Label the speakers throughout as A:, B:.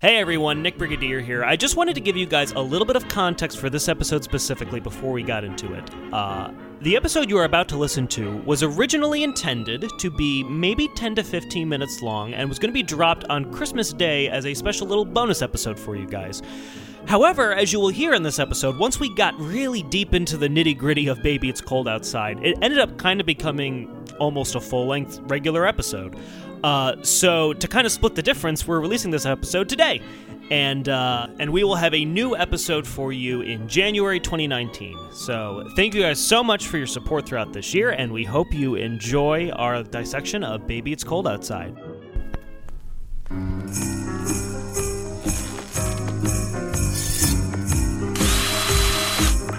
A: Hey everyone, Nick Brigadier here. I just wanted to give you guys a little bit of context for this episode specifically before we got into it. Uh, the episode you are about to listen to was originally intended to be maybe 10 to 15 minutes long and was going to be dropped on Christmas Day as a special little bonus episode for you guys. However, as you will hear in this episode, once we got really deep into the nitty gritty of Baby It's Cold Outside, it ended up kind of becoming almost a full length regular episode. Uh, so to kind of split the difference, we're releasing this episode today, and uh, and we will have a new episode for you in January 2019. So thank you guys so much for your support throughout this year, and we hope you enjoy our dissection of Baby It's Cold Outside.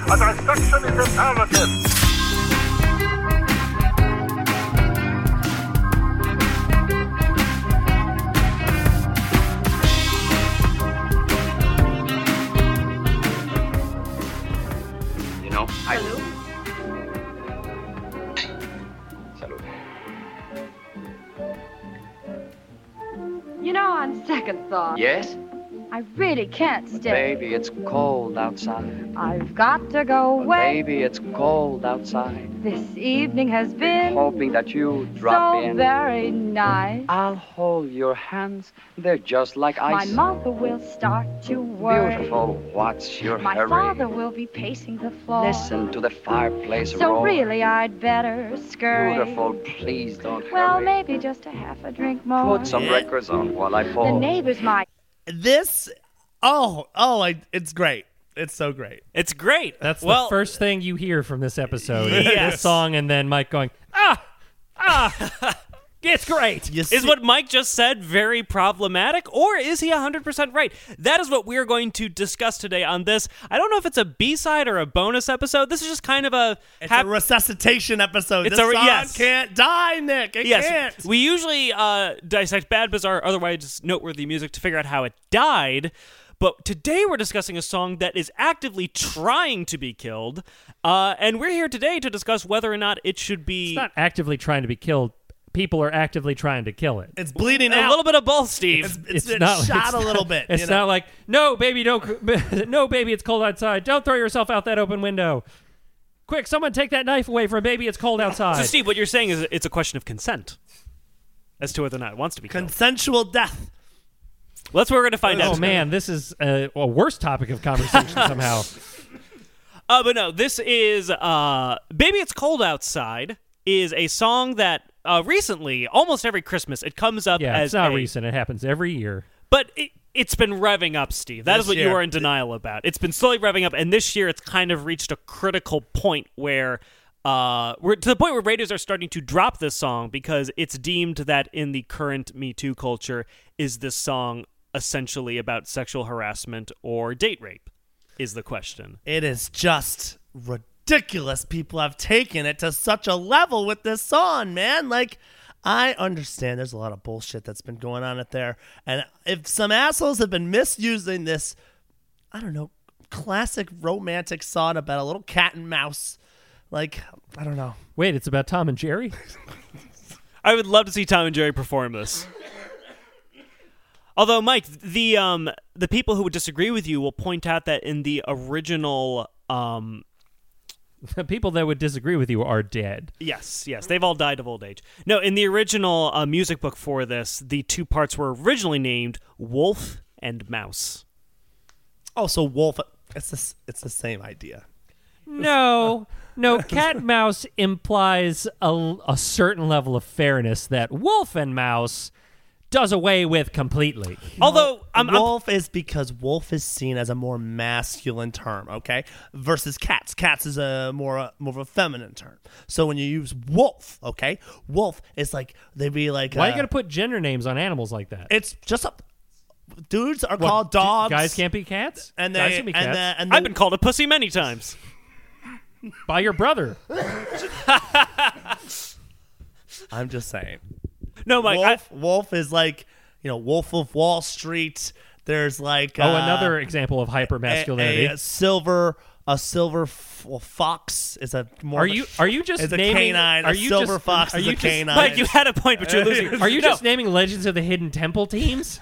B: A dissection is imperative.
C: You know, I
D: Hello?
C: salute.
D: You know, on second thought,
C: Yes,
D: I really can't stay.
C: baby, it's cold outside.
D: I've got to go away.
C: Baby, it's cold outside.
D: This evening has been
C: Hoping that you drop
D: so
C: in.
D: very nice.
C: I'll hold your hands. They're just like
D: My
C: ice.
D: mother will start to worry.
C: Beautiful. What's your
D: My
C: hurry?
D: father will be pacing the floor.
C: Listen to the fireplace
D: So
C: roar.
D: really, I'd better scurry.
C: Beautiful. Please don't
D: Well,
C: hurry.
D: maybe just a half a drink more.
C: Put some records on while I
D: the
C: fall.
D: neighbors might.
E: this oh oh I, it's great it's so great
A: It's great.
F: That's
A: well,
F: the first thing you hear from this episode. is
A: Yes.
F: This song and then Mike going, ah, ah, it's great.
E: You
A: Is
E: see-
A: what Mike just said very problematic, or is he 100% right? That is what we're going to discuss today on this. I don't know if it's a B side or a bonus episode. This is just kind of a.
E: it's
A: hap-
E: a resuscitation episode
A: It's
E: this
A: a re-
E: song
A: yes.
E: can't die nick it
A: yes.
E: can't
A: We usually uh, dissect bad, bizarre, otherwise noteworthy music to figure out how it died. But today we're discussing a song that is actively trying to be killed. Uh, and we're here today to discuss whether or not it should be.
F: It's not actively trying to be killed. People are actively trying to kill it.
E: it's bleeding
A: a
E: out
A: little bit of both, Steve.
E: it's, it's been shot
F: it's
E: a little
F: not-
E: bit
F: It's
E: you
F: not
E: know?
F: like no, baby, don't. No, baby, it's cold outside. Don't throw yourself out that open window. Quick, someone take that knife away from baby. It's cold outside.
A: So, Steve, what you're saying is it's a question of consent as to whether or not it wants to be killed.
E: consensual death
A: well, that's what we're going to find out.
F: oh man, this is a, a worse topic of conversation somehow.
A: Uh, but no, this is uh, "Baby It's Cold Outside" is a song that uh, recently, almost every Christmas, it comes up
F: Yeah,
A: as
F: it's not
A: a-
F: recent. It happens every year.
A: but it, it's been revving up, Steve. That is
E: This
A: what you
E: year.
A: are in denial about. It's been slowly revving up, and this year it's kind of reached a critical point where. Uh, we're to the point where radios are starting to drop this song because it's deemed that in the current Me Too culture, is this song essentially about sexual harassment or date rape? Is the question.
E: it is just ridiculous people have taken it to such a level with this song man like I understand there's a lot of bullshit that's been going on out there. And if some assholes have been misusing this I don't know, classic romantic song about a little cat and mouse. Like, I don't know.
F: Wait, it's about Tom and Jerry.
A: I would love to see Tom and Jerry perform this. Although Mike, the um the people who would disagree with you will point out that in the original um
F: The people that would disagree with you are dead.
A: yes, yes, they've all died of old age. No, in the original uh, music book for this, the two parts were originally named Wolf and Mouse.
E: Also, wolf. It's this. It's the same idea.
F: No, no. Cat and mouse implies a, a certain level of fairness that wolf and mouse does away with completely.
A: Although I'm, I'm
E: wolf is because wolf is seen as a more masculine term, okay, versus cats. Cats is a more uh, more of a feminine term. So when you use wolf, okay, wolf is like they'd be like.
F: Why are
E: uh,
F: you gonna put gender names on animals like that?
E: It's just a. Dudes are
F: What,
E: called
F: d-
E: dogs.
F: Guys can't be cats.
E: And
F: guys
E: they
F: can be
E: and
F: cats
E: the, and the,
A: I've been called a pussy many times.
F: by your brother.
E: I'm just saying.
A: No, Mike, I-
E: wolf, wolf is like you know Wolf of Wall Street. There's like
F: oh,
E: uh,
F: another example of hypermasculinity.
E: A, a silver, a silver f- well, fox is a more.
F: are
E: of a-
F: you are you just
E: is a
F: naming?
E: canine?
F: are
E: a
F: you
E: silver
F: just,
E: fox
F: are
E: is
F: you
E: a
F: just,
E: canine.
A: Mike, you had a point, but you're losing.
F: Are you
A: No.
F: just naming Legends of the Hidden Temple teams?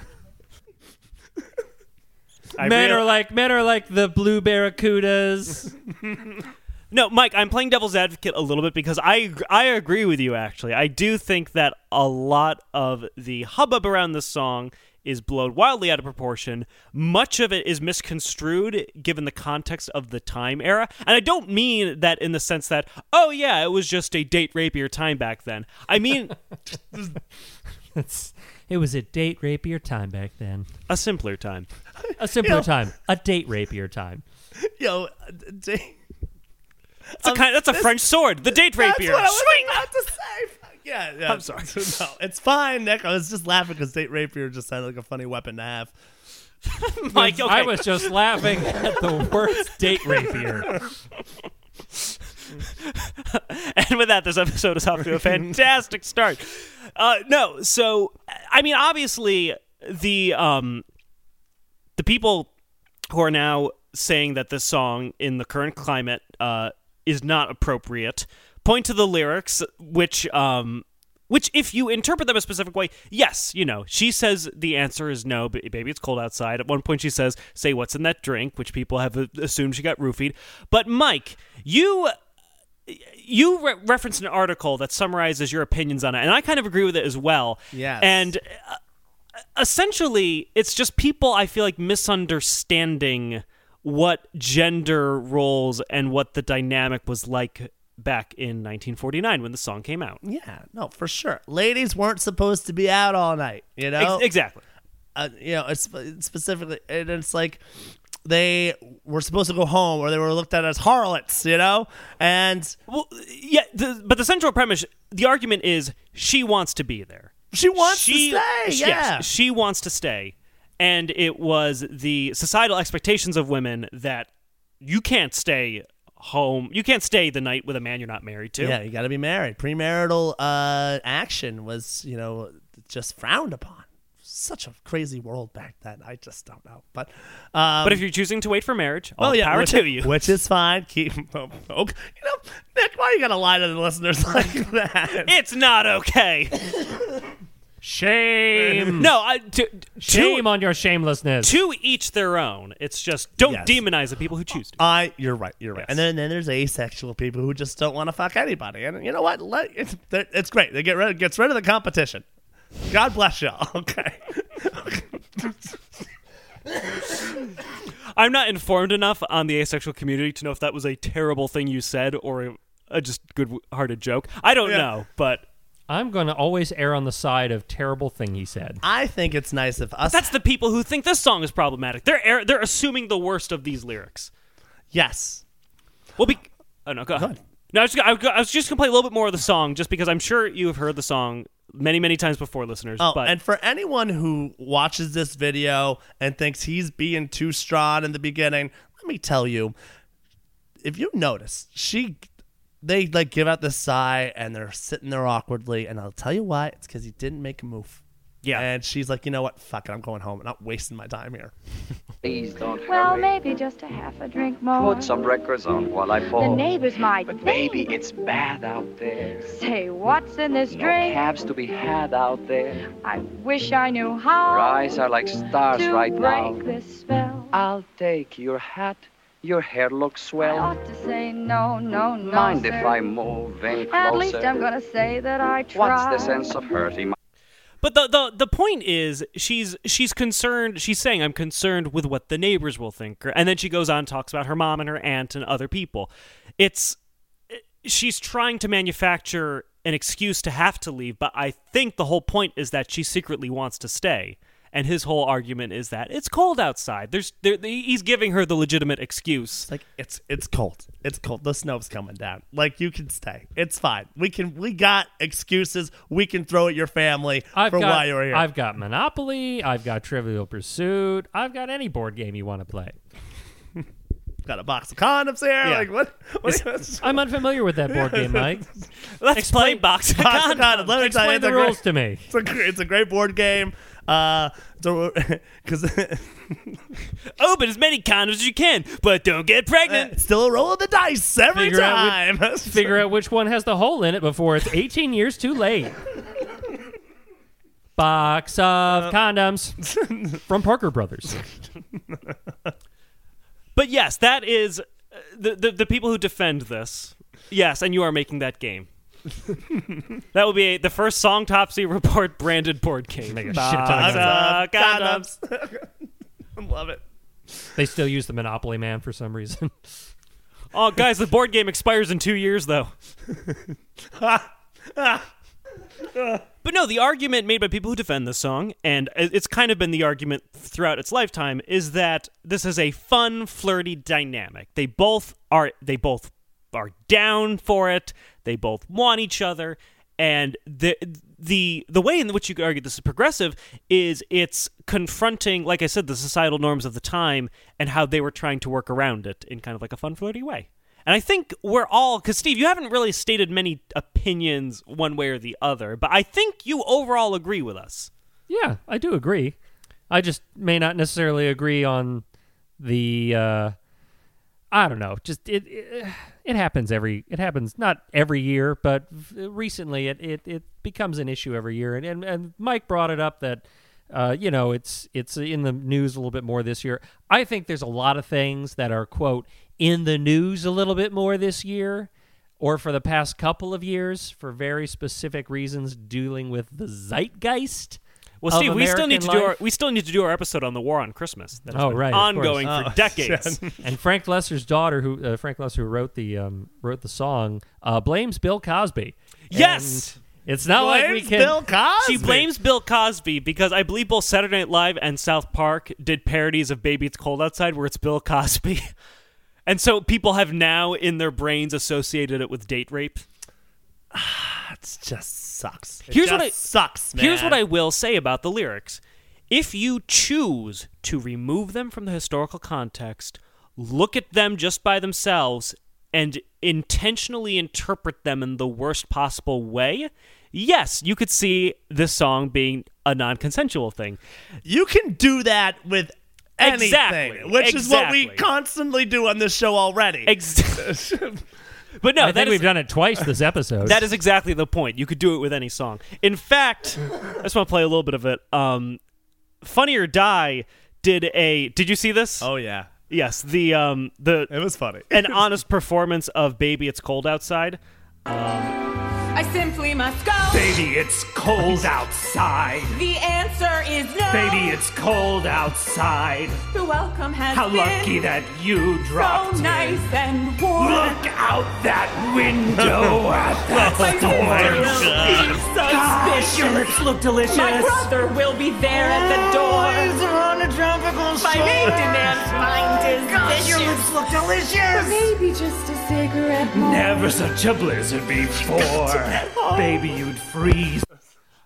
E: I
F: men
E: real-
F: are like men are like the blue barracudas.
A: No, Mike, I'm playing devil's advocate a little bit because I I agree with you actually. I do think that a lot of the hubbub around this song is blown wildly out of proportion. Much of it is misconstrued given the context of the time era. And I don't mean that in the sense that, oh yeah, it was just a date rapier time back then. I mean
F: It's- it was a date rapier time back then.
A: a simpler time.
F: A simpler time. A date rapier time.
E: yo, d-
A: It's a kind, that's a French sword, the date rapier.
E: Um, That's what I was
A: Swing!
E: about to say. Fuck Yeah, yeah.
A: I'm sorry.
E: No, it's fine, Nick. I was just laughing because date rapier just sounded like a funny weapon to have.
A: Mike, okay.
F: I was just laughing at the words date rapier.
A: and with that, this episode is off to a fantastic start. Uh, no, so I mean, obviously the um, the people who are now saying that this song in the current climate uh, is not appropriate point to the lyrics, which um, which if you interpret them a specific way, yes, you know, she says the answer is no, ba- baby, it's cold outside. At one point, she says, "Say what's in that drink," which people have uh, assumed she got roofied. But Mike, you you re- referenced an article that summarizes your opinions on it, and I kind of agree with it as well.
E: Yes.
A: And uh, essentially, it's just people I feel like misunderstanding what gender roles and what the dynamic was like back in 1949 when the song came out.
E: Yeah, no, for sure. Ladies weren't supposed to be out all night, you know.
A: Ex- exactly.
E: uh, you know, it's specifically, and it's like they were supposed to go home or they were looked at as harlots, you know? And
A: Well, yeah, the, but the central premise, the argument is she wants to be there.
E: she wants
A: she,
E: to stay.
A: yes,
E: yeah.
A: she wants to stay, and it was the societal expectations of women that you can't stay home, you can't stay the night with a man you're not married to.
E: yeah, you got to be married. Premarital uh, action was, you know, just frowned upon. Such a crazy world back then. I just don't know. But, um,
A: But if you're choosing to wait for marriage, all
E: Oh yeah,
A: power
E: which,
A: to you.
E: which is fine. Keep, okay. you know, Nick, why you gotta lie to the listeners like that?
A: It's not okay.
F: Shame.
A: no, I, to,
F: Shame
A: to,
F: on your shamelessness.
A: to each their own. It's just don't
E: Yes.
A: demonize the people who choose to.
E: I, you're right, you're right.
A: Yes.
E: And then, then there's asexual people who just don't want to fuck anybody. And you know what? Let, it's, they're- it's great. They get rid, it gets rid of the competition. God bless y'all. Okay.
A: I'm not informed enough on the asexual community to know if that was a terrible thing you said or a, a just good-hearted joke. I don't
E: Yeah.
A: know, but
F: I'm going to always err on the side of terrible thing he said.
E: I think it's nice if us.
A: That's the people who think this song is problematic. They're er- they're assuming the worst of these lyrics.
E: yes.
A: Well, be oh no, go ahead. No, I was, just, I was go- I was just gonna play a little bit more of the song, just because I'm sure you have heard the song many many times before, listeners.
E: Oh,
A: but
E: and for anyone who watches this video and thinks he's being too strong in the beginning, let me tell you, if you notice, she they like give out this sigh and they're sitting there awkwardly, and I'll tell you why, it's because he didn't make a move.
A: Yeah.
E: And she's like, you know what? Fuck it, I'm going home. I'm not wasting my time here.
C: Please don't
D: Well,
C: hurry.
D: maybe just a half a drink more.
C: Put some records on while I
D: the
C: fall.
D: neighbors might
C: But
D: think.
C: baby, it's bad out there.
D: Say, what's in this
C: No
D: drink?
C: cabs to be had out there.
D: I wish I knew how
C: Your eyes are like stars
D: to
C: right
D: break
C: now. Ah,
D: this spell.
C: I'll take your hat. Your hair looks
D: I
C: swell.
D: ought to say no, no, no.
C: Mind if
D: sir.
C: I move in closer?
D: At least I'm gonna say that I tried.
C: What's the sense of hurting my
A: but the, the the point is she's she's concerned. She's saying I'm concerned with what the neighbors will think, and then she goes on and talks about her mom and her aunt and other people. It's she's trying to manufacture an excuse to have to leave, but I think the whole point is that she secretly wants to stay. And his whole argument is that it's cold outside. There's there, he's giving her the legitimate excuse.
E: It's like it's it's cold. It's cold. The snow's coming down. Like you can stay. It's fine. We can we got excuses we can throw at your family
F: I've
E: for
F: got,
E: why you're here.
F: I've got Monopoly. I've got Trivial Pursuit. I've got any board game you want to play.
E: got a box of condoms here.
A: Yeah.
E: Like what? what is-
F: I'm unfamiliar with that board game, Mike.
A: Let's play
F: Explain-
A: box of
E: Box of
A: condoms.
E: condoms. Let me tell you,
F: Explain
E: it's a
F: the
E: great-
F: rules to me.
E: It's a, gr- it's a great board game. Uh, because
A: Open as many condoms as you can, but don't get pregnant.
E: it's still a roll of the dice every
F: Figure out which-
E: time.
F: Figure out which one has the hole in it before it's 18 years too late. Uh, Box of condoms from Parker Brothers.
A: But yes, that is uh, the, the the people who defend this. Yes, and you are making that game. that will be a, the first Song Topsy Report branded board game.
F: Make a shit ton of
A: Box of
E: Condoms.
A: condoms.
E: Love it.
F: They still use the Monopoly Man for some reason.
A: Oh, guys, the board game expires in two years, though. but no, the argument made by people who defend this song, and i- it's kind of been the argument throughout its lifetime, is that this is a fun, flirty dynamic. They both are they both are down for it. They both want each other, and the the the way in which you could argue this is progressive is it's confronting, like I said, the societal norms of the time and how they were trying to work around it in kind of like a fun, flirty way. And I think we're all because Steve, you haven't really stated many opinions one way or the other, but I think you overall agree with us.
F: yeah, I do agree. I just may not necessarily agree on the. Uh, I don't know. Just it, it. uh, It happens every. It happens not every year, but v- recently it it, it becomes an issue every year. And and, and Mike brought it up that. Uh, you know, it's it's in the news a little bit more this year. I think there's a lot of things that are quote in the news a little bit more this year, or for the past couple of years, for very specific reasons dealing with the zeitgeist.
A: Well,
F: of
A: Steve, we still
F: American
A: need to do our
F: life.
A: we still need to do our episode on the war on Christmas. That has
F: Oh,
A: been
F: right, of
A: ongoing
E: course.
A: for
E: Oh,
A: decades.
F: and Frank Lesser's daughter, who uh, Frank Lesser who wrote the um, wrote the song, uh, blames Bill Cosby.
A: Yes!
F: And it's not like we
E: Blames
F: can.
E: Bill Cosby.
A: She blames Bill Cosby because I believe both Saturday Night Live and South Park did parodies of Baby It's Cold Outside where it's Bill Cosby. And so people have now in their brains associated it with date rape.
E: It just sucks. It
A: Here's what
E: just
A: I-
E: sucks, man.
A: Here's what I will say about the lyrics. If you choose to remove them from the historical context, look at them just by themselves, and intentionally interpret them in the worst possible way, yes, you could see this song being a non consensual thing.
E: You can do that with anything,
A: Exactly.
E: which is what we
A: Exactly.
E: constantly do on this show already.
A: Ex- but no,
F: I
A: that
F: think
A: is,
F: we've done it twice this episode.
A: that is exactly the point. You could do it with any song. In fact, I just want to play a little bit of it. Um, Funny or Die did a. Did you see this?
E: oh yeah,
A: Yes, the um the
E: it was funny.
A: an honest performance of "Baby, It's Cold Outside."
G: I simply must go.
H: Baby, it's cold outside.
G: The answer is no.
H: Baby, it's cold outside.
G: the welcome has
H: How
G: been
H: lucky that you dropped
G: so nice
H: in.
G: and warm.
H: Look out that window at that
G: My sister
H: door.
G: will be so
H: Gosh, your
G: suspicious.
H: lips look delicious.
G: My brother will be there at the door.
H: on a tropical
G: My maid demands mind is
H: Gosh, your
G: vicious.
H: lips look delicious.
G: Maybe just a cigarette more.
H: Never such a blizzard before. Baby, you'd freeze.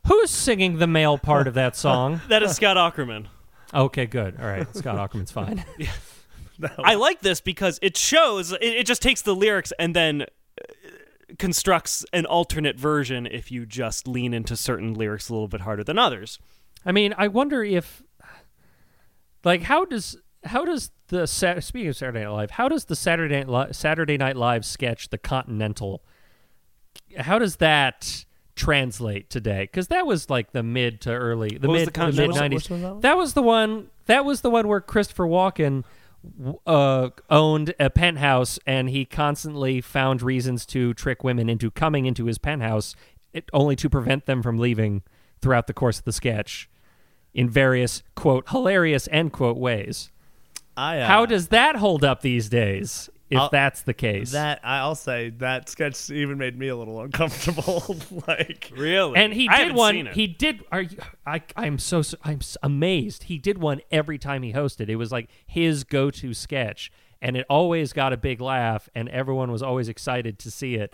F: Who's singing the male part of that song?
A: That is Scott Ackerman.
F: okay, good. All right, Scott Ackerman's fine.
A: I like this because it shows it, it just takes the lyrics and then uh, constructs an alternate version if you just lean into certain lyrics a little bit harder than others.
F: I mean, I wonder if, like, how does how does the Sat- speaking of Saturday Night Live, how does the Saturday Night Li- Saturday Night Live sketch, the Continental, how does that translate today? Because that was like the mid to early, the
A: What was
F: mid
A: the Continental?
F: mid nineties.
E: Which one was that one?
F: That was the one. That was the one where Christopher Walken. w- Uh, owned a penthouse, and he constantly found reasons to trick women into coming into his penthouse, it, only to prevent them from leaving throughout the course of the sketch in various quote hilarious end quote ways.
E: I, uh,
F: How does that hold up these days? If
E: I'll-
F: that's the case,
E: that? I'll say that sketch even made me a little uncomfortable. like,
A: Really?
F: and he
A: I
F: did
A: haven't seen
F: one.
A: it.
F: He did. Are you, I? I'm so su- I'm s- amazed. He did one every time he hosted. It was like his go-to sketch, and it always got a big laugh, and everyone was always excited to see it.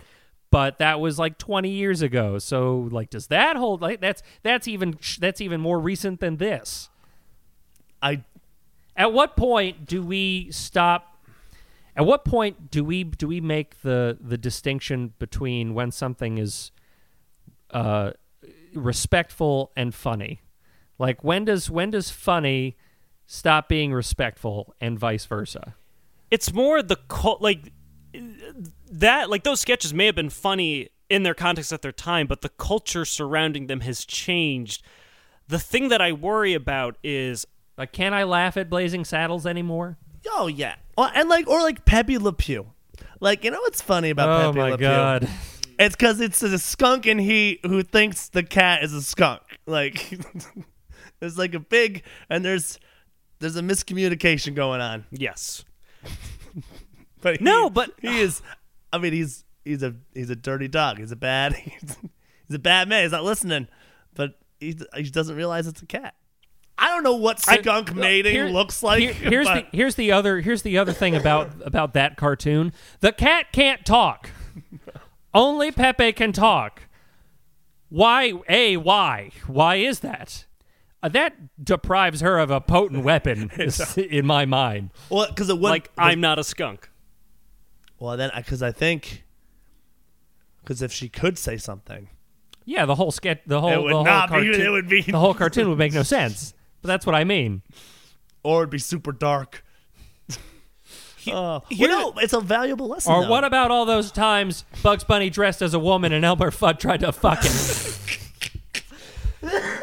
F: But that was like 20 years ago. So like, does that hold? Like that's that's even that's even more recent than this.
E: I
F: At what point do we stop? At what point do we do we make the the distinction between when something is uh, respectful and funny? Like when does when does funny stop being respectful and vice versa?
A: it's more the cult like that like those sketches may have been funny in their context at their time but the culture surrounding them has changed the thing that i worry about is
F: Like, can I laugh at Blazing Saddles anymore?
E: oh yeah, Or, and like or like Pepe Le Pew. Like you know what's funny about
F: Oh
E: Pepe
F: my
E: Le Pew?
F: god.
E: It's because it's a skunk in heat who thinks the cat is a skunk. Like there's like a big and there's there's a miscommunication going on.
A: Yes.
E: But he-
A: No, but-
E: he is. I mean, he's he's a he's a dirty dog. He's a bad he's, he's a bad man. He's not listening, but he he doesn't realize it's a cat. I don't know what skunk mating
F: Here-
E: looks like.
F: here- here's
E: but-
F: the here's the other here's the other thing about about that cartoon. The cat can't talk. Only Pepe can talk. Why? A why? Why is that? Uh, that deprives her of a potent weapon, is- in my mind.
E: well, because it would
A: Like, I'm not a skunk.
E: well then because I think because if she could say something,
F: Yeah, the whole sketch, the whole,
E: It would
F: the whole
E: not be-
F: cartoon,
E: it would be-
F: the whole cartoon would make no sense. But that's what I mean.
E: or it'd be super dark. Oh, you know, it's a valuable lesson.
F: Uh, Or
E: though.
F: what about all those times Bugs Bunny dressed as a woman and Elmer Fudd tried to fuck him?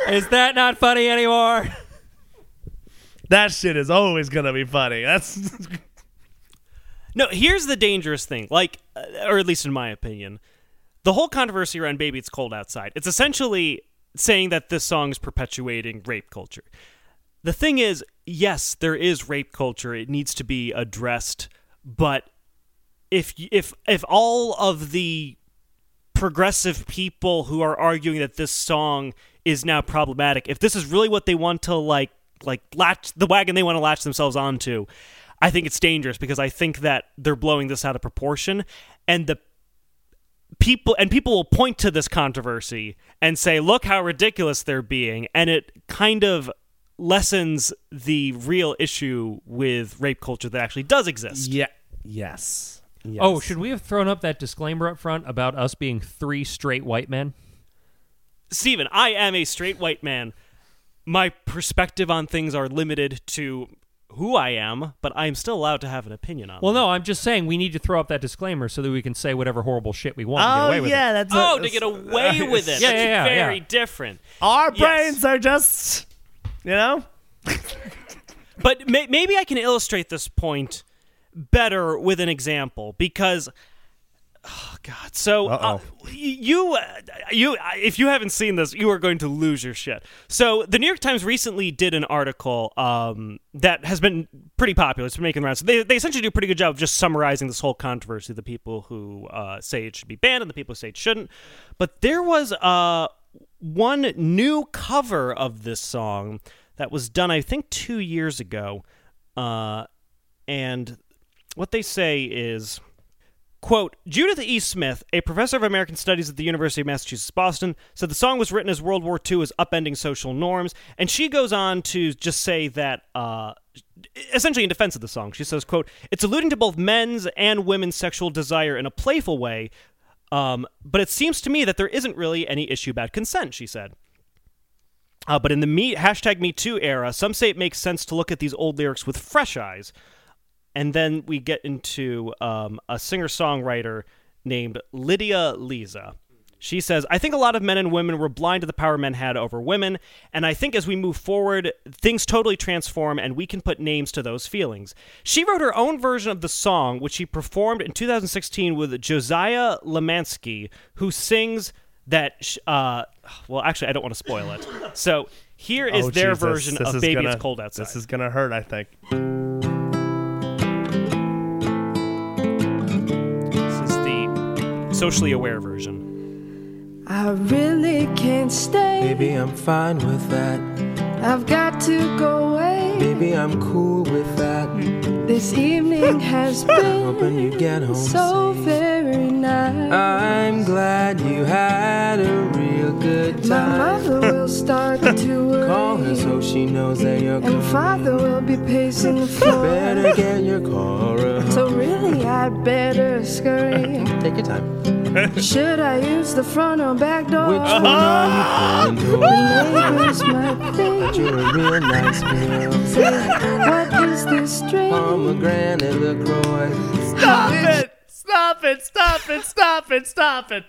F: Is that not funny anymore?
E: that shit is always gonna be funny. That's
A: No, here's the dangerous thing. Like, uh, or at least in my opinion, the whole controversy around "Baby It's Cold Outside." It's essentially saying that this song is perpetuating rape culture. The thing is, yes, there is rape culture. It needs to be addressed, but if y- if if all of the progressive people who are arguing that this song is now problematic, if this is really what they want to like like latch the wagon they want to latch themselves onto, I think it's dangerous because I think that they're blowing this out of proportion and the people and people will point to this controversy and say look how ridiculous they're being and it kind of lessens the real issue with rape culture that actually does exist.
E: yeah, yes. yes.
F: Oh, should we have thrown up that disclaimer up front about us being three straight white men?
A: Steven, I am a straight white man. My perspective on things are limited to who I am, but I'm still allowed to have an opinion on.
F: Well,
A: them.
F: no, I'm just saying we need to throw up that disclaimer so that we can say whatever horrible shit we want. and get
E: Oh
F: away with
E: yeah,
F: it.
E: that's
A: Oh,
E: a,
A: to get away with it.
F: Yeah,
A: That's
F: yeah, yeah,
A: very
F: yeah.
A: different.
E: Our
A: Yes.
E: brains are just, you know.
A: But may- maybe I can illustrate this point better with an example because oh god. So uh, y- you uh, you uh, if you haven't seen this, you are going to lose your shit. So the New York Times recently did an article um, that has been pretty popular. It's been making the rounds. So they they essentially do a pretty good job of just summarizing this whole controversy. The people who uh, say it should be banned and the people who say it shouldn't. But there was uh one new cover of this song that was done, I think, two years ago. Uh, and what they say is quote judith e smith a professor of american studies at the university of massachusetts boston said the song was written as world war ii is upending social norms and she goes on to just say that uh, essentially in defense of the song she says quote it's alluding to both men's and women's sexual desire in a playful way um, but it seems to me that there isn't really any issue about consent she said uh, but in the me, hashtag Me Too era, some say it makes sense to look at these old lyrics with fresh eyes. And then we get into um, a singer songwriter named Lydia Lisa. She says, I think a lot of men and women were blind to the power men had over women. And I think as we move forward, things totally transform and we can put names to those feelings. She wrote her own version of the song, which she performed in 2016 with Josiah Lemansky, who sings that sh- uh well actually I don't want to spoil it. So here is
E: Oh,
A: their
E: Jesus.
A: version
E: This
A: of
E: is
A: Baby
E: gonna-
A: It's Cold Outside.
E: This is gonna hurt, I think.
A: This is the socially aware version.
G: I really can't stay.
I: Maybe I'm fine with that.
G: I've got to go away.
I: Maybe I'm cool with that.
G: This evening has
I: Hoping you get home
G: so
I: safe.
G: very nice.
I: I'm glad you had a real good
G: My
I: time.
G: mother will start to worry.
I: Call her so she knows that you're
G: And
I: coming.
G: father will be pacing the floor.
I: Better get your car. around.
G: So really, I'd better scurry.
I: Take your time.
G: Should I use the front or back door?
I: Which one are you going to?
G: Neighbors might think,
I: You're a real nice girl.
G: what is this dream?
I: Pomegranate LaCroix.
E: Stop it! Stop it! Stop it! Stop it! Stop it!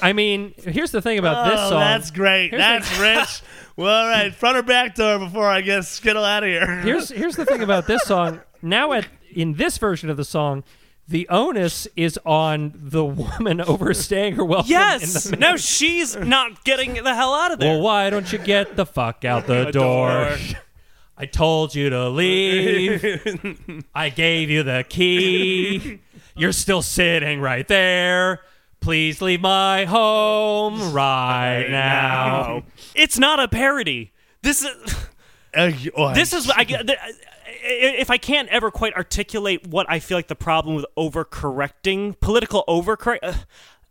F: I mean, here's the thing about this
E: Oh,
F: song.
E: That's great.
F: Here's
E: that's rich. Well, all right, front or back door before I get skittle out of here.
F: here's here's the thing about this song. Now at in this version of the song, the onus is on the woman overstaying her welcome.
A: Yes.
F: in the
A: No, she's not getting the hell out of there.
F: Well, why don't you get the fuck out the door? I told you to leave. I gave you the key. You're still sitting right there. Please leave my home right now.
A: it's not a parody. This is.
E: Uh, you- oh,
A: this is I, get- the- I- if I can't ever quite articulate what I feel like the problem with overcorrecting political overcorrect. Uh,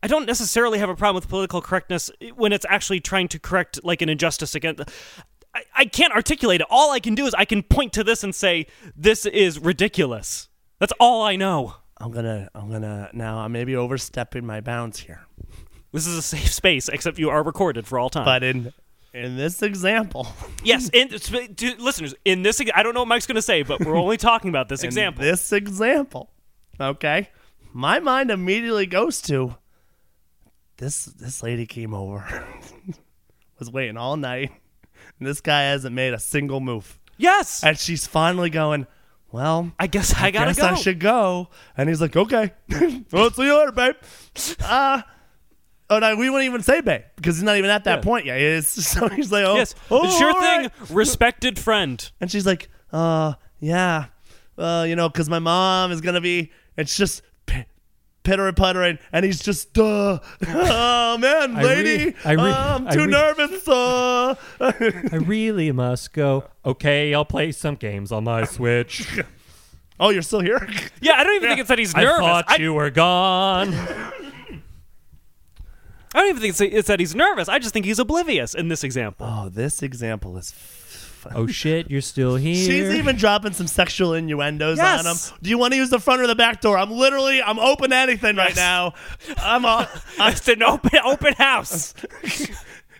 A: I don't necessarily have a problem with political correctness when it's actually trying to correct like an injustice against. I, I can't articulate it. All I can do is I can point to this and say this is ridiculous. That's all I know.
E: I'm gonna, I'm gonna. Uh, Now I may be overstepping my bounds here,
A: This is a safe space, except you are recorded for all time.
E: but in in this example,
A: yes, in, sp- to, listeners, in this, ex- I don't know what Mike's going to say, but we're only talking about this
E: in
A: example.
E: this example, okay, my mind immediately goes to this. This lady came over, was waiting all night, and this guy hasn't made a single move,
A: yes, I,
E: and she's finally going. Well,
A: guess I, gotta
E: guess
A: go.
E: I should go. And he's like, okay. well, see you later, babe. Uh, oh, no, we wouldn't even say babe because he's not even at that point yet. It's, so he's like, oh,
A: Yes.
E: oh,
A: sure
E: all
A: thing,
E: right."
A: respected friend.
E: And she's like, uh, yeah, uh, you know, because my mom is going to be, it's just p- pitter puttering. And he's just, duh. oh, man,
F: I re-
E: lady,
F: I re-
E: uh, I'm
F: I
E: too
F: re-
E: nervous. Uh.
F: I really must go. Okay, I'll play some games on my Switch.
E: oh, you're still here?
A: Yeah, I don't even think it's that he's
F: I
A: nervous.
F: thought
A: I,
F: you were gone.
A: I don't even think it's, it's that he's nervous. I just think he's oblivious in this example.
E: oh, this example is
F: Oh shit, you're still here.
E: She's even dropping some sexual innuendos
A: Yes.
E: on him. Do you want to use the front or the back door? I'm literally, I'm open to anything right now. I'm a, I'm
A: It's an open open house.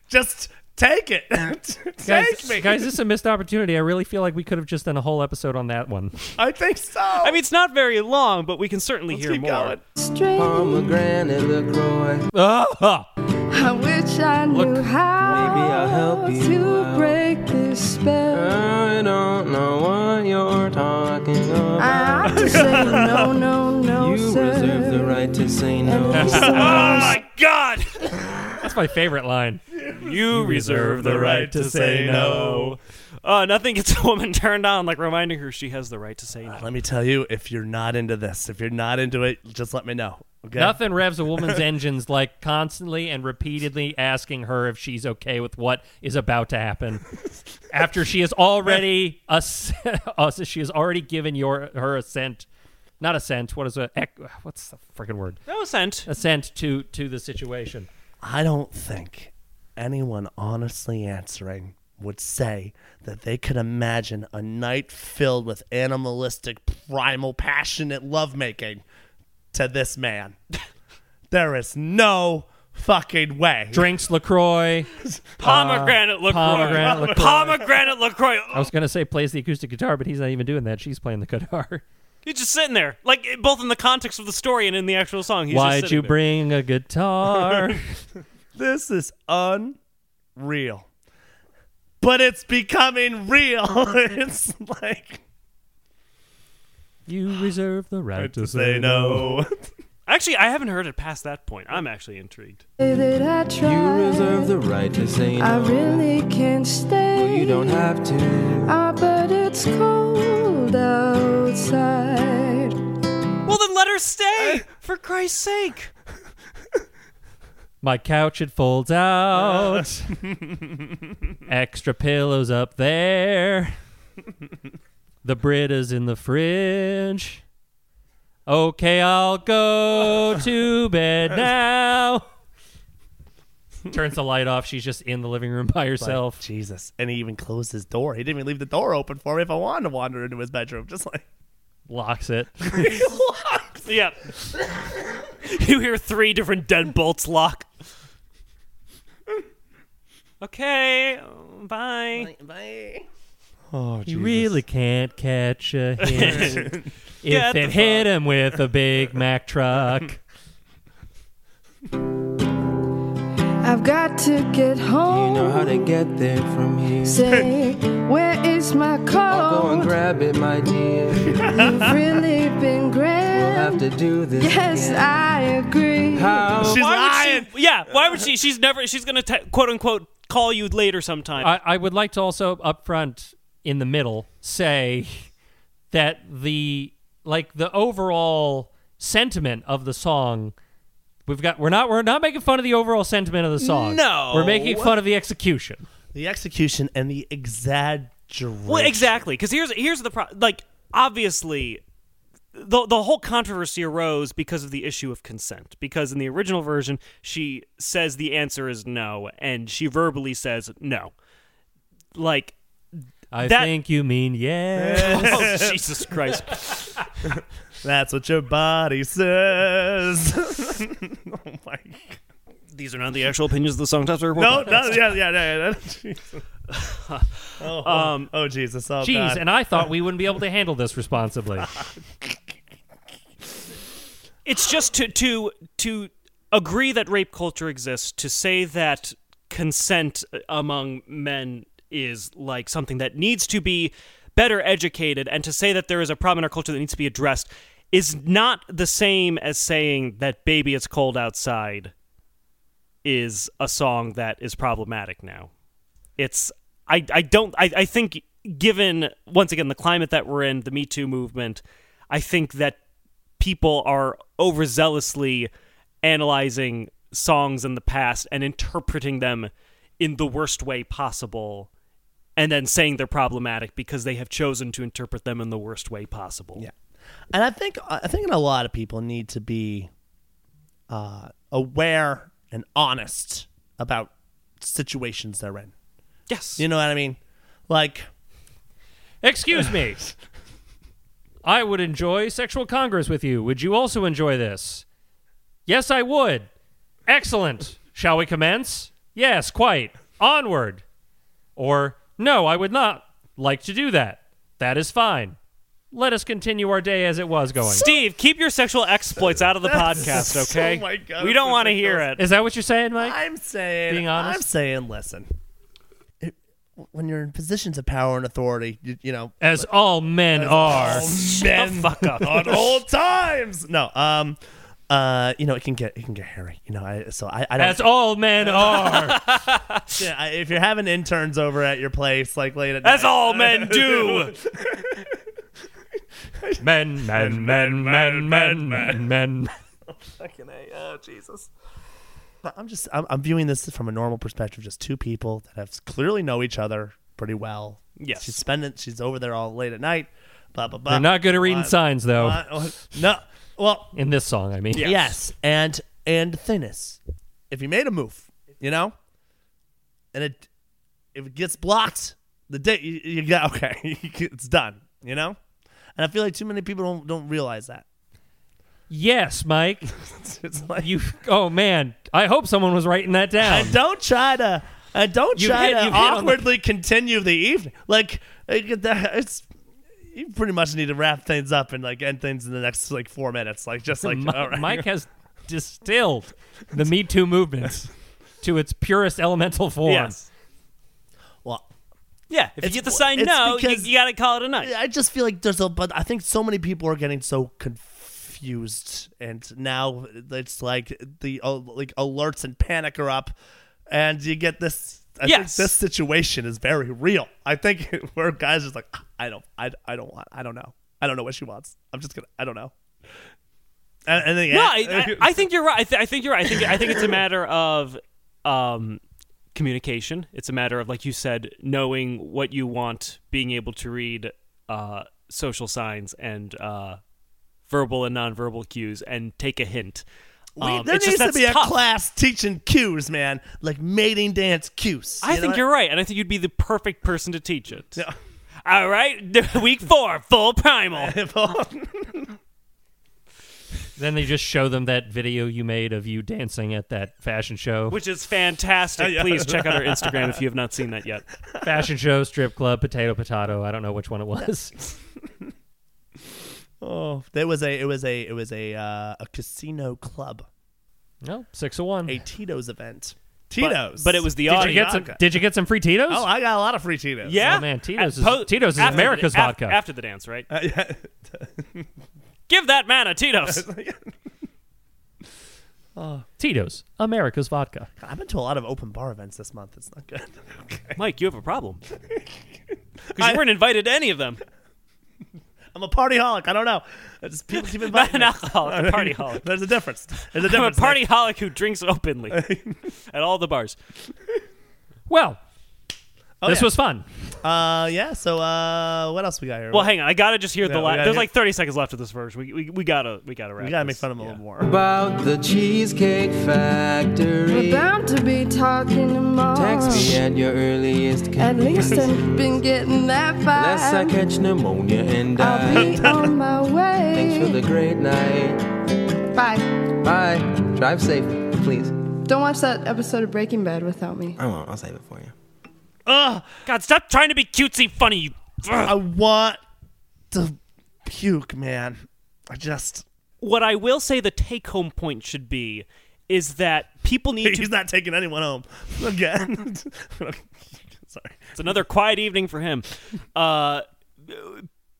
E: just take it. take
F: guys,
E: me.
F: guys, this is a missed opportunity. I really feel like we could have just done a whole episode on that one.
E: I think so.
A: I mean, it's not very long, but we can certainly
E: Let's
A: hear
E: keep
A: more.
E: going.
G: straight.
I: Pomegranate LaCroix.
F: Ah,
G: I wish I knew how
I: maybe I'll help you
G: to
I: out.
G: break this spell.
I: I don't know what you're talking about.
G: I have to say no, no, no,
I: You
G: sir.
I: reserve the right to say no.
A: Oh my God!
F: that's my favorite line.
A: You reserve the right to say no. Uh, nothing gets a woman turned on like reminding her she has the right to say no.
E: Let me tell you, if you're not into this, if you're not into it, just let me know. Okay.
F: Nothing revs a woman's engines like constantly and repeatedly asking her if she's okay with what is about to happen. After she has already us, us she has already given your her assent, not assent. What is a ec- what's the freaking word?
A: No assent.
F: Assent to to the situation.
E: I don't think anyone honestly answering would say that they could imagine a night filled with animalistic, primal, passionate lovemaking to this man. there is no fucking way.
F: Drinks Lacroix.
A: Pomegranate Lacroix.
F: pomegranate LaCroix.
A: Pomegranate LaCroix.
F: I was gonna say plays the acoustic guitar, but he's not even doing that. She's playing the guitar.
A: He's just sitting there, like both in the context of the story and in the actual song. He's
F: Why'd
A: just
F: you
A: sitting there.
F: bring a guitar?
E: This is unreal. But it's becoming real. it's like
F: you reserve the right to
E: they
F: say no.
E: know.
A: Actually, I haven't heard it past that point. I'm actually intrigued.
G: Say that I tried.
I: You reserve the right to say
G: I
I: no.
G: really can't stay.
I: You don't have to.
G: Ah, but it's cold outside.
A: Well, then let her stay, for Christ's sake.
F: My couch it folds out. Extra pillows up there. The Brita's in the fridge. Okay, I'll go to bed now. Turns the light off. She's just in the living room by herself.
E: Like, Jesus. And he even closed his door. He didn't even leave the door open for me if I wanted to wander into his bedroom. Just like
F: locks it.
A: Yeah. you hear three different deadbolts lock. Okay, bye.
F: You really can't catch a hit
A: Get
F: if
A: the
F: it hit him with a Big Mac truck.
G: I've got to get
I: You
G: home.
I: know how to get there from here.
G: Say, where is my
I: Go and
G: coat?
I: grab it, my dear. We'll
G: You've really been
I: have
G: grand.
I: to do this.
G: Yes,
I: again.
G: I agree.
I: How?
E: She's
A: why
E: lying.
A: would she? Yeah, why would she? She's never. She's gonna te- quote unquote call you later sometime.
F: I, I would like to also up front in the middle say that the like the overall sentiment of the song we've got we're not we're not making fun of the overall sentiment of the song.
A: No.
F: We're making fun of the execution.
E: The execution and the exaggeration.
A: well, exactly. Because here's here's the pro- like obviously. The, the whole controversy arose because of the issue of consent. Because in the original version, she says the answer is no, and she verbally says no. Like,
F: I
A: That-
F: think you mean yeah.
A: oh, Jesus Christ.
E: That's what your body says. oh my. God.
A: These are not the actual opinions of the Song Tops Report.
E: No,
A: podcast.
E: no, yeah, yeah, yeah. yeah. Jesus. Oh, oh, oh, Jesus. Oh,
F: Jeez,
E: God.
F: and I thought we wouldn't be able to handle this responsibly.
A: it's just to to to agree that rape culture exists to say that consent among men is like something that needs to be better educated and to say that there is a problem in our culture that needs to be addressed is not the same as saying that baby it's cold outside is a song that is problematic now it's i i don't i, I think given once again the climate that we're in the me too movement i think that people are overzealously analyzing songs in the past and interpreting them in the worst way possible and then saying they're problematic because they have chosen to interpret them in the worst way possible. Yeah.
E: and I think I think a lot of people need to be uh, aware and honest about situations they're in.
A: Yes.
E: You know what I mean? Like,
F: Excuse me. I would enjoy sexual congress with you. Would you also enjoy this? Yes, I would. Excellent. Shall we commence? Yes, quite. Onward. Or, no, I would not like to do that. That is fine. Let us continue our day as it was going.
A: Steve, keep your sexual exploits out of the podcast, okay?
E: Oh my God,
A: we
E: that's
A: don't want to hear it.
F: Is that what you're saying, Mike?
E: I'm saying,
F: Being honest?
E: I'm saying, listen. it- when you're in positions of power and authority, you, you know,
F: as all men are.
E: men fuck up on old times. No, um, uh, you know, it can get it can get hairy. You know, I so I, I don't.
F: As all men are.
E: Yeah, I- if you're having interns over at your place, like late at
A: That's
E: night,
A: all men do.
F: men, men, men, men, men, men, men.
E: Fucking A. Oh, Jesus. But I'm just, I'm, I'm viewing this from a normal perspective. Just two people that have clearly know each other pretty well.
A: Yes.
E: She's spending, she's over there all late at night. Blah, blah, blah.
F: They're not good at reading
E: Blah,
F: signs, though.
E: blah, blah. No. Well,
F: In this song, I mean.
A: Yeah.
E: yes. And, and thinness. If you made a move, you know, and it, if it gets blocked, the day you, you got, okay, it's done, you know? And I feel like too many people don't, don't realize that.
F: Yes, Mike.
E: It's like,
F: You. Oh man, I hope someone was writing that down.
E: And don't try to. And don't
F: You've
E: try
F: hit-
E: to
F: you've hit on the-
E: awkwardly continue the evening. Like it- that- it's, you pretty much need to wrap things up and like end things in the next like four minutes. Like just like
F: Mi-
E: all right.
F: Mike has distilled the Me Too movement to its purest elemental form.
A: Yes.
E: Well,
A: Yeah, if
E: It's-
A: you get the sign
E: it's
A: no, you,
E: because-
A: you got to call it a night.
E: I just feel like there's a. But I think so many people are getting so confused, and now it's like the uh, like alerts and panic are up, and you get this. I
A: Yes.
E: think this situation is very real. I think where guys are just like, I don't, I, I don't want, I don't know, I don't know what she wants. I'm just gonna, I don't know. And, and then,
A: No, I, I, I think you're right. I, th- I think you're right. I think I think it's a matter of um, communication. It's a matter of, like you said, knowing what you want, being able to read uh, social signs and uh, verbal and nonverbal cues, and take a hint.
E: We-
A: Um,
E: there
A: it's
E: needs
A: just,
E: to
A: that's
E: be
A: tough.
E: a class teaching cues, man, like mating dance cues.
A: I
E: You know
A: think
E: what?
A: you're right, and I think you'd be the perfect person to teach it.
E: Yeah.
A: All right, week four, full primal.
F: Then they just show them that video you made of you dancing at that fashion show,
A: Which is fantastic. Please check out our Instagram if you have not seen that yet.
F: fashion show, strip club, potato, potato. I don't know which one it was.
E: Oh, there was a it was a it was a uh, a casino club,
F: no, six of one.
E: a Tito's event. Tito's.
A: but it was the
E: Did you
A: audience.
F: Did you get some, did you get some free Tito's?
E: Oh, I got a lot of free Tito's.
A: Yeah,
F: Oh, man, Tito's
A: At
F: is- Tito's is
A: after the-
F: America's
A: af-
F: vodka.
A: After the dance, right?
E: Uh, yeah.
A: Give that man a Tito's.
F: Tito's, America's vodka.
E: I've been to a lot of open bar events this month. It's not good. okay.
A: Mike, you have a problem because you weren't invited to any of them.
E: I'm a partyholic. I don't know. I just people keep
A: Not
E: inviting
A: an
E: me.
A: alcoholic, a partyholic.
E: There's a difference. There's a
A: I'm a
E: difference.
A: partyholic who drinks openly at all the bars.
F: Well,
E: Oh,
F: this
E: yeah.
F: was fun.
E: Uh, yeah. So uh, what else we got here?
A: Well, hang on. I gotta just hear
E: Yeah,
A: the
E: we
A: last.
E: gotta
A: There's
E: hear-
A: like 30 seconds left of this verse. We, we, we gotta we gotta wrap.
E: we gotta
A: this.
E: make fun of him a
A: Yeah.
E: little more.
I: About the Cheesecake
G: We're
I: Factory.
G: bound to be talking tomorrow.
I: Text me at your earliest
G: At least
I: convenience.
G: I've been getting that vibe.
I: Unless I catch pneumonia and
G: I'll be
I: die.
G: on my way.
I: Thanks for the great night.
G: Bye.
I: Bye. Drive safe, please.
G: Don't watch that episode of Breaking Bad without me.
I: I won't. I'll save it for you.
A: God, stop trying to be cutesy funny. You.
E: I want to puke, man. I just
A: What I will say the take home point should be is that people need to
E: he's not taking anyone home again. Sorry.
A: It's another quiet evening for him. Uh,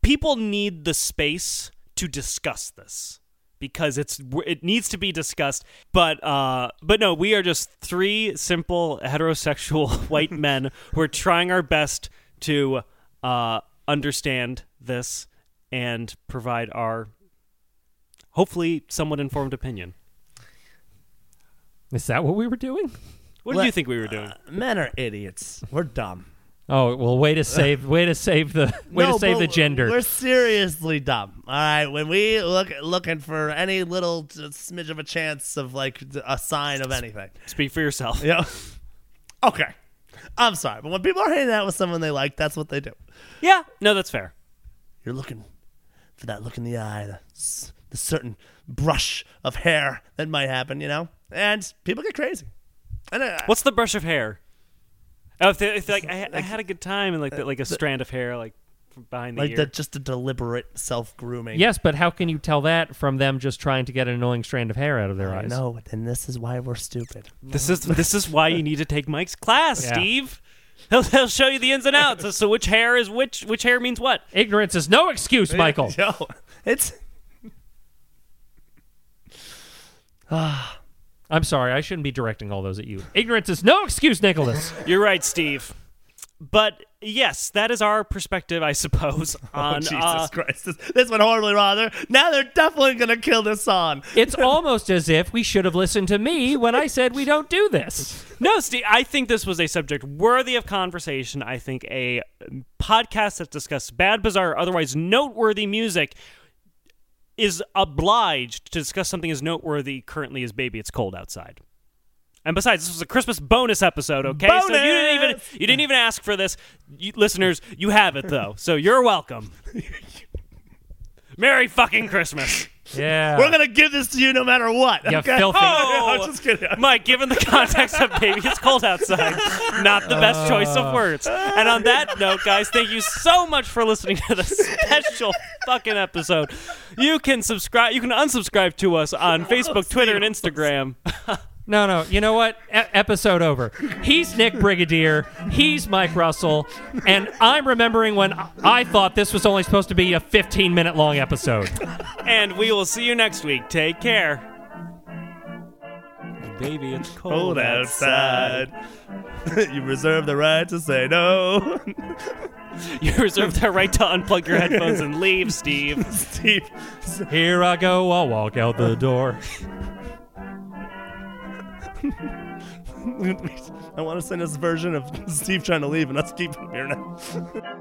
A: people need the space to discuss this because it's it needs to be discussed. But uh, but no, we are just three simple heterosexual white men who are trying our best to uh, understand this and provide our hopefully somewhat informed opinion.
F: Is that what we were doing?
A: What did
E: Let-
A: you think we were doing?
E: Men are idiots. We're dumb.
F: Oh well, way to save, way to save the, way
E: No,
F: to save
E: but
F: the gender.
E: We're seriously dumb. All right, when we look looking for any little t- smidge of a chance of like d- a sign of anything.
A: Speak for yourself.
E: Yeah. okay. I'm sorry, but when people are hanging out with someone they like, that's what they do.
A: Yeah, no, that's fair.
E: You're looking for that look in the eye, the, s- the certain brush of hair that might happen, you know. And people get crazy. And uh,
A: What's the brush of hair? Oh, if, they, if like I, I had a good time and like the, like a strand of hair like from behind the
E: like
A: ear.
E: the, just a deliberate self grooming.
F: yes, but how can you tell that from them just trying to get an annoying strand of hair out of their
E: I
F: eyes?
E: know, and this is why we're stupid.
A: this is this is why you need to take Mike's class,
F: Yeah.
A: Steve. He'll, he'll show you the ins and outs as to which hair is which, which hair means what.
F: Ignorance is no excuse, Michael.
E: Yo, it's
F: I'm sorry, I shouldn't be directing all those at you. Ignorance is no excuse, Nicholas.
A: You're right, Steve. But yes, that is our perspective, I suppose. On
E: Oh, Jesus
A: uh,
E: Christ. This, this went horribly wrong. They're, now they're definitely going to kill this song.
F: It's almost as if we should have listened to me when I said we don't do this.
A: no, Steve. I think this was a subject worthy of conversation. I think a podcast that discusses bad, bizarre, or otherwise noteworthy music is obliged to discuss something as noteworthy currently as "Baby It's Cold Outside." And besides, this was a Christmas bonus episode. Okay, so you didn't even
E: Bonus!
A: you didn't even ask for this, you, listeners. You have it though, so you're welcome. Merry fucking Christmas.
F: Yeah.
E: We're going to give this to you no matter what.
F: You
E: okay?
F: filthy-
E: I'm Oh!
A: Oh.
E: just kidding.
A: Mike, given the context of Baby It's Cold Outside, not the best choice
E: Uh.
A: of words. And on that note, guys, thank you so much for listening to this special fucking episode. You can subscribe, you can unsubscribe to us on Facebook, Twitter, and Instagram.
F: No, no. You know what? E- episode over. He's Nick Brigadier. He's Mike Russell. And I'm remembering when I- I thought this was only supposed to be a 15 minute long episode.
A: And we will see you next week. Take care. Baby, it's cold,
E: Cold outside. you reserve the right to say no.
A: You reserve the right to unplug your headphones and leave, Steve.
E: Steve.
F: Here I go. I'll walk out the door.
E: I want to send us a version of Steve trying to leave and us keeping him here now.